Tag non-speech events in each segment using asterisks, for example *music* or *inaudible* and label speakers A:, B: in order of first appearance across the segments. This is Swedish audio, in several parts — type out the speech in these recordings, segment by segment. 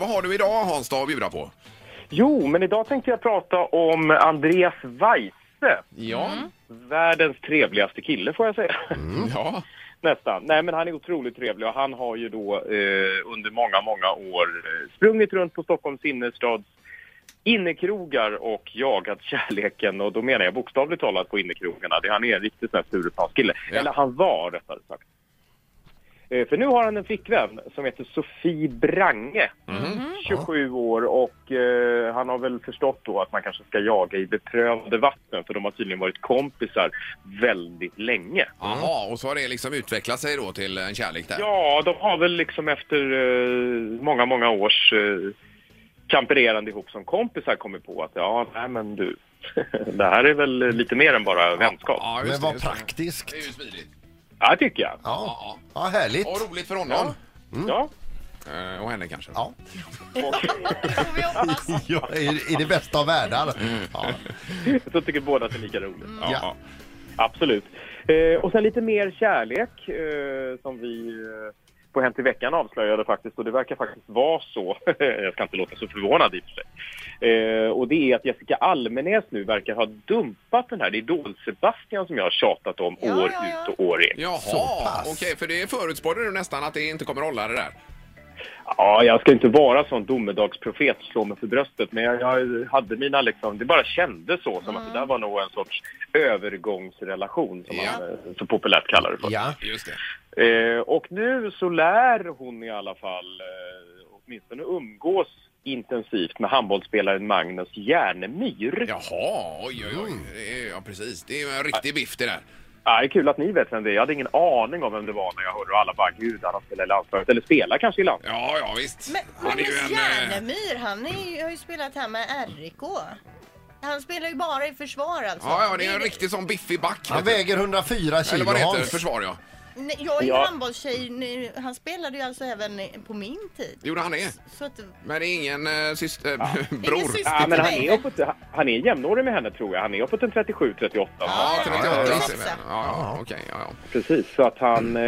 A: Vad har du idag Hans då att bjuda på?
B: Jo, men idag tänkte jag prata om Andreas Weise.
A: Ja.
C: Mm.
B: Världens trevligaste kille får jag säga.
A: Mm. ja.
B: Nästan. Nej, men han är otroligt trevlig och han har ju då eh, under många, många år eh, sprungit runt på Stockholms innerstads innekrogar och jagat kärleken och då menar jag bokstavligt talat på innekrogarna. Det, han är en riktigt sån här Sturepanskille.
A: Ja.
B: Eller han var rättare sagt. Eh, För nu har han en flickvän som heter Sofie Brange, 27 år och eh, han har väl förstått då att man kanske ska jaga i beprövade vatten för de har tydligen varit kompisar väldigt länge.
A: Jaha, och så har det liksom utvecklat sig då till en kärlek där.
B: Ja, de har väl liksom efter eh, många, många års eh, kampererande ihop som kompisar kommit på att ja, nej men du, *laughs* det här är väl lite mer än bara vänskap. Ja,
A: ja just
D: Men
A: det,
D: vad
A: just det.
D: praktiskt.
A: Det är ju smidigt.
B: tycker jag.
D: Ja, ja härligt.
A: Ja, roligt för honom.
B: Ja.
A: Eh, Och henne kanske. *laughs*
D: Ja.
C: Det får vi hoppas.
D: Ja, i, I det bästa av världar. Ja.
B: Så tycker båda att det är lika roligt.
A: Mm. Ja.
D: Ja.
B: Absolut. Eh, och sen lite mer kärlek eh, som vi eh, på Hänt i veckan avslöjade faktiskt och det verkar faktiskt vara så, *laughs* jag ska inte låta så förvånad i och för sig, eh, och det är att Jessica Almenäs nu verkar ha dumpat den här Idol-Sebastian som jag har tjatat om
C: Ja,
B: år
C: ja, ja.
B: ut och år in.
A: Jaha,
D: Så pass.
A: okej, för det förutspådde du nästan att det inte kommer hålla det där.
B: Ja, jag ska inte vara sån domedagsprofet, slå mig för bröstet, men jag, jag hade mina liksom, det bara kändes så som att det där var nog en sorts övergångsrelation som
A: Ja.
B: man eh, så populärt kallar det för.
D: ja.
A: Just det.
B: Eh, och nu så lär hon i alla fall eh, åtminstone umgås intensivt med handbollsspelaren Magnus Järnemyr. Ja.
A: Jaha, oj, oj,
D: Mm.
A: oj. Det är- Ja, precis. Det är ju en riktig biff det där.
B: det är kul att ni vet vem det är. Jag hade ingen aning om vem det var när jag hörde och alla bara gud, han har spelat i landslaget. Eller spelar kanske i landslaget.
A: Ja, ja, visst.
C: Men
A: Han är ju
C: Magnus
A: en, eh,
C: Järnemyr, han är, ju- har ju spelat här med RIK. Han spelar ju bara i försvar alltså.
A: Ja, ja, det är en riktig sån biffig back.
D: Han
A: vet
D: väger 104
A: du. Eller
D: kilo,
A: vad det heter,
D: Hans.
A: försvar ja.
C: Nej, Jag är ju
B: Ja.
C: handbollstjej, nu. han spelade ju alltså även på min tid.
A: Jo, det han är.
C: Så att,
A: Men det är ingen eh, syster, *laughs* bror.
C: syster.
B: Ja, men han
C: Nej.
B: är, uppåt, han är jämnårig med henne tror jag. Han är uppåt en 37-38.
A: Ja, 38.
C: Ja, ja,
A: Ja,
C: ja.
A: ja, ja, okej. Ja, ja.
B: Precis, så att han, eh,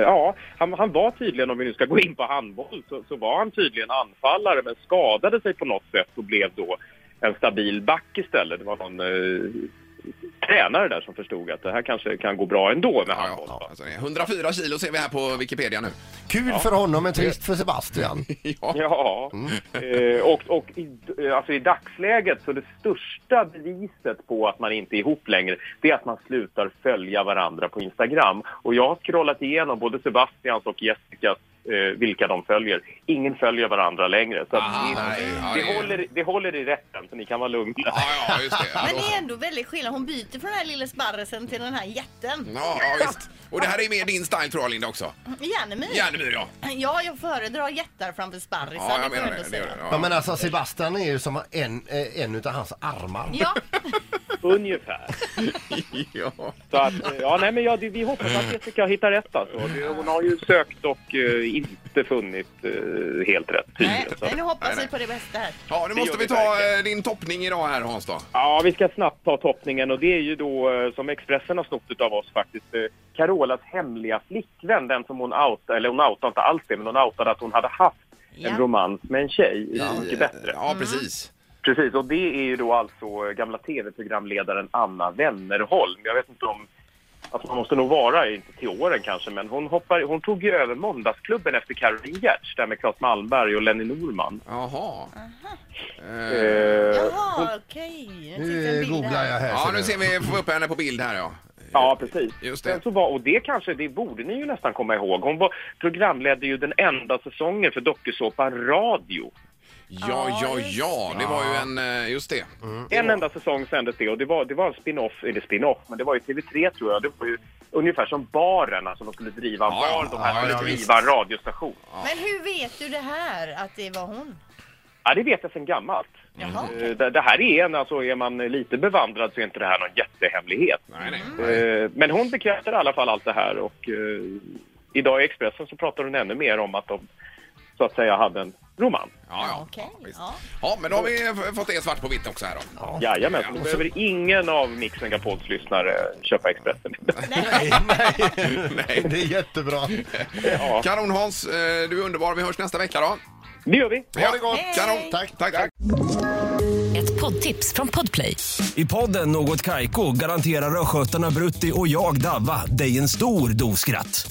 B: ja, han, han var tydligen, om vi nu ska gå in på handboll, så, så var han tydligen anfallare men skadade sig på något sätt och blev då en stabil back istället. Det var någon eh, tränare där som förstod att det här kanske kan gå bra ändå med
A: Ja,
B: handboll.
A: ja,
B: va?
A: alltså, det är 104 kilo ser vi här på Wikipedia nu.
D: Kul för honom men trist för Sebastian.
A: *laughs* Ja,
B: Ja, eh, och, och i, eh, alltså i dagsläget så det största beviset på att man inte är ihop längre det är att man slutar följa varandra på Instagram. Och jag har scrollat igenom både Sebastians och Jessicas eh, vilka de följer. Ingen följer varandra längre. Så att
A: Aha,
B: det,
A: nej, ja,
B: det,
A: det är-
B: håller, det håller i rätten, så ni kan vara lugna.
A: ja, ja just det. Ja,
C: men
A: då
C: det
A: så.
C: är ändå väldigt skillnad. Hon byter från den här lilla sparrisen till den här jätten.
A: ja, ja, visst. Och det här är mer din style tror jag Linda också.
C: Järnemyr.
A: Järnemyr ja.
C: Ja, jag föredrar jättar framför sparrisar.
A: Ja, jag
C: får
A: menar
C: ändå
A: det. det, gör det
C: säga.
A: ja.
D: Ja, men alltså Sebastian är ju som en, eh, en utav hans armar.
C: Ja,
B: *laughs*
A: *laughs*
B: Ungefär.
A: Ja.
B: Så att, eh, ja, nej, men ja, det, vi hoppas att Jessica hittar rätt. Alltså. Det, hon har ju sökt och eh, inte funnit eh, helt rätt
C: nej,
B: tydligen. Så att-
C: men nu
A: Nej,
C: hoppas
A: nej.
C: vi på det bästa här.
A: Ja, nu
B: Det
A: måste
B: gör
A: vi
B: vi
A: ta eh, din toppning idag här Hans då.
B: Ja, vi ska snabbt ta toppningen och det är ju då eh, som Expressen har snott av oss faktiskt. eh, Carolas hemliga flickvän, den som hon outade, eller hon outade inte alls det, men hon outade att hon hade haft
C: Ja.
B: en romans med en tjej. i Mycket bättre.
A: Ja, precis.
B: Precis, och det är ju då alltså eh, gamla tv-programledaren Anna Wennerholm. Jag vet inte om... Alltså man måste nog vara, inte till åren kanske, men hon, hoppar, hon tog ju över Måndagsklubben efter Caroline Giertz, där med Claes Malmberg och Lenny Norman.
A: Jaha. Eh,
B: Eh,
C: Jaha, okej. Nu finns det en
D: Nu eh,
C: bild
D: googlar
C: här.
D: jag här.
A: Ja,
D: ser
A: nu
D: du.
A: ser vi, får upp henne på bild här ja.
B: Ja, precis.
A: Just det.
B: Sen så var, och det kanske, det borde ni ju nästan komma ihåg. Hon var, programledde ju den enda säsongen för dokusåpan Radio.
A: Ja, ja, ja, det var ju en, eh, just det.
B: En enda säsong sändes det och det var, det var en spin-off, eller spin-off, men det var ju TV3 tror jag. Det var ju ungefär som baren, alltså de skulle driva en
A: Ja,
B: bar,
A: ja,
B: de här
A: ja,
B: skulle
A: ja, visst.
B: driva en radiostation.
C: Men hur vet du det här, att det var hon?
B: Ja, det vet jag sedan gammalt.
C: Jaha.
B: Eh, Det, det här är en, alltså är man lite bevandrad så är inte det här någon jättehemlighet.
A: Nej, nej.
B: Eh, Men hon bekräftar i alla fall allt det här och eh, idag i Expressen så pratar hon ännu mer om att de så att säga hade en romans.
A: Ja, ja.
C: Okej,
A: ja, visst.
C: ja.
A: ja, men då har vi f- fått det svart på vitt också här då.
D: *laughs*
B: Jajamän, så då behöver ingen av Mix Megapols lyssnare köpa Expressen.
C: Nej.
A: *laughs* Nej.
D: Det är jättebra.
B: Ja.
A: *laughs* Kanon Hans, eh, du är underbar. Vi hörs nästa vecka då.
B: Det gör vi.
A: Ja,
D: det gott.
A: Kanon.
D: Tack.
A: tack, tack.
E: Ett poddtips från Podplay.
F: I podden Något Kaiko garanterar östgötarna Brutti och jag, Davva, dig en stor dos skratt.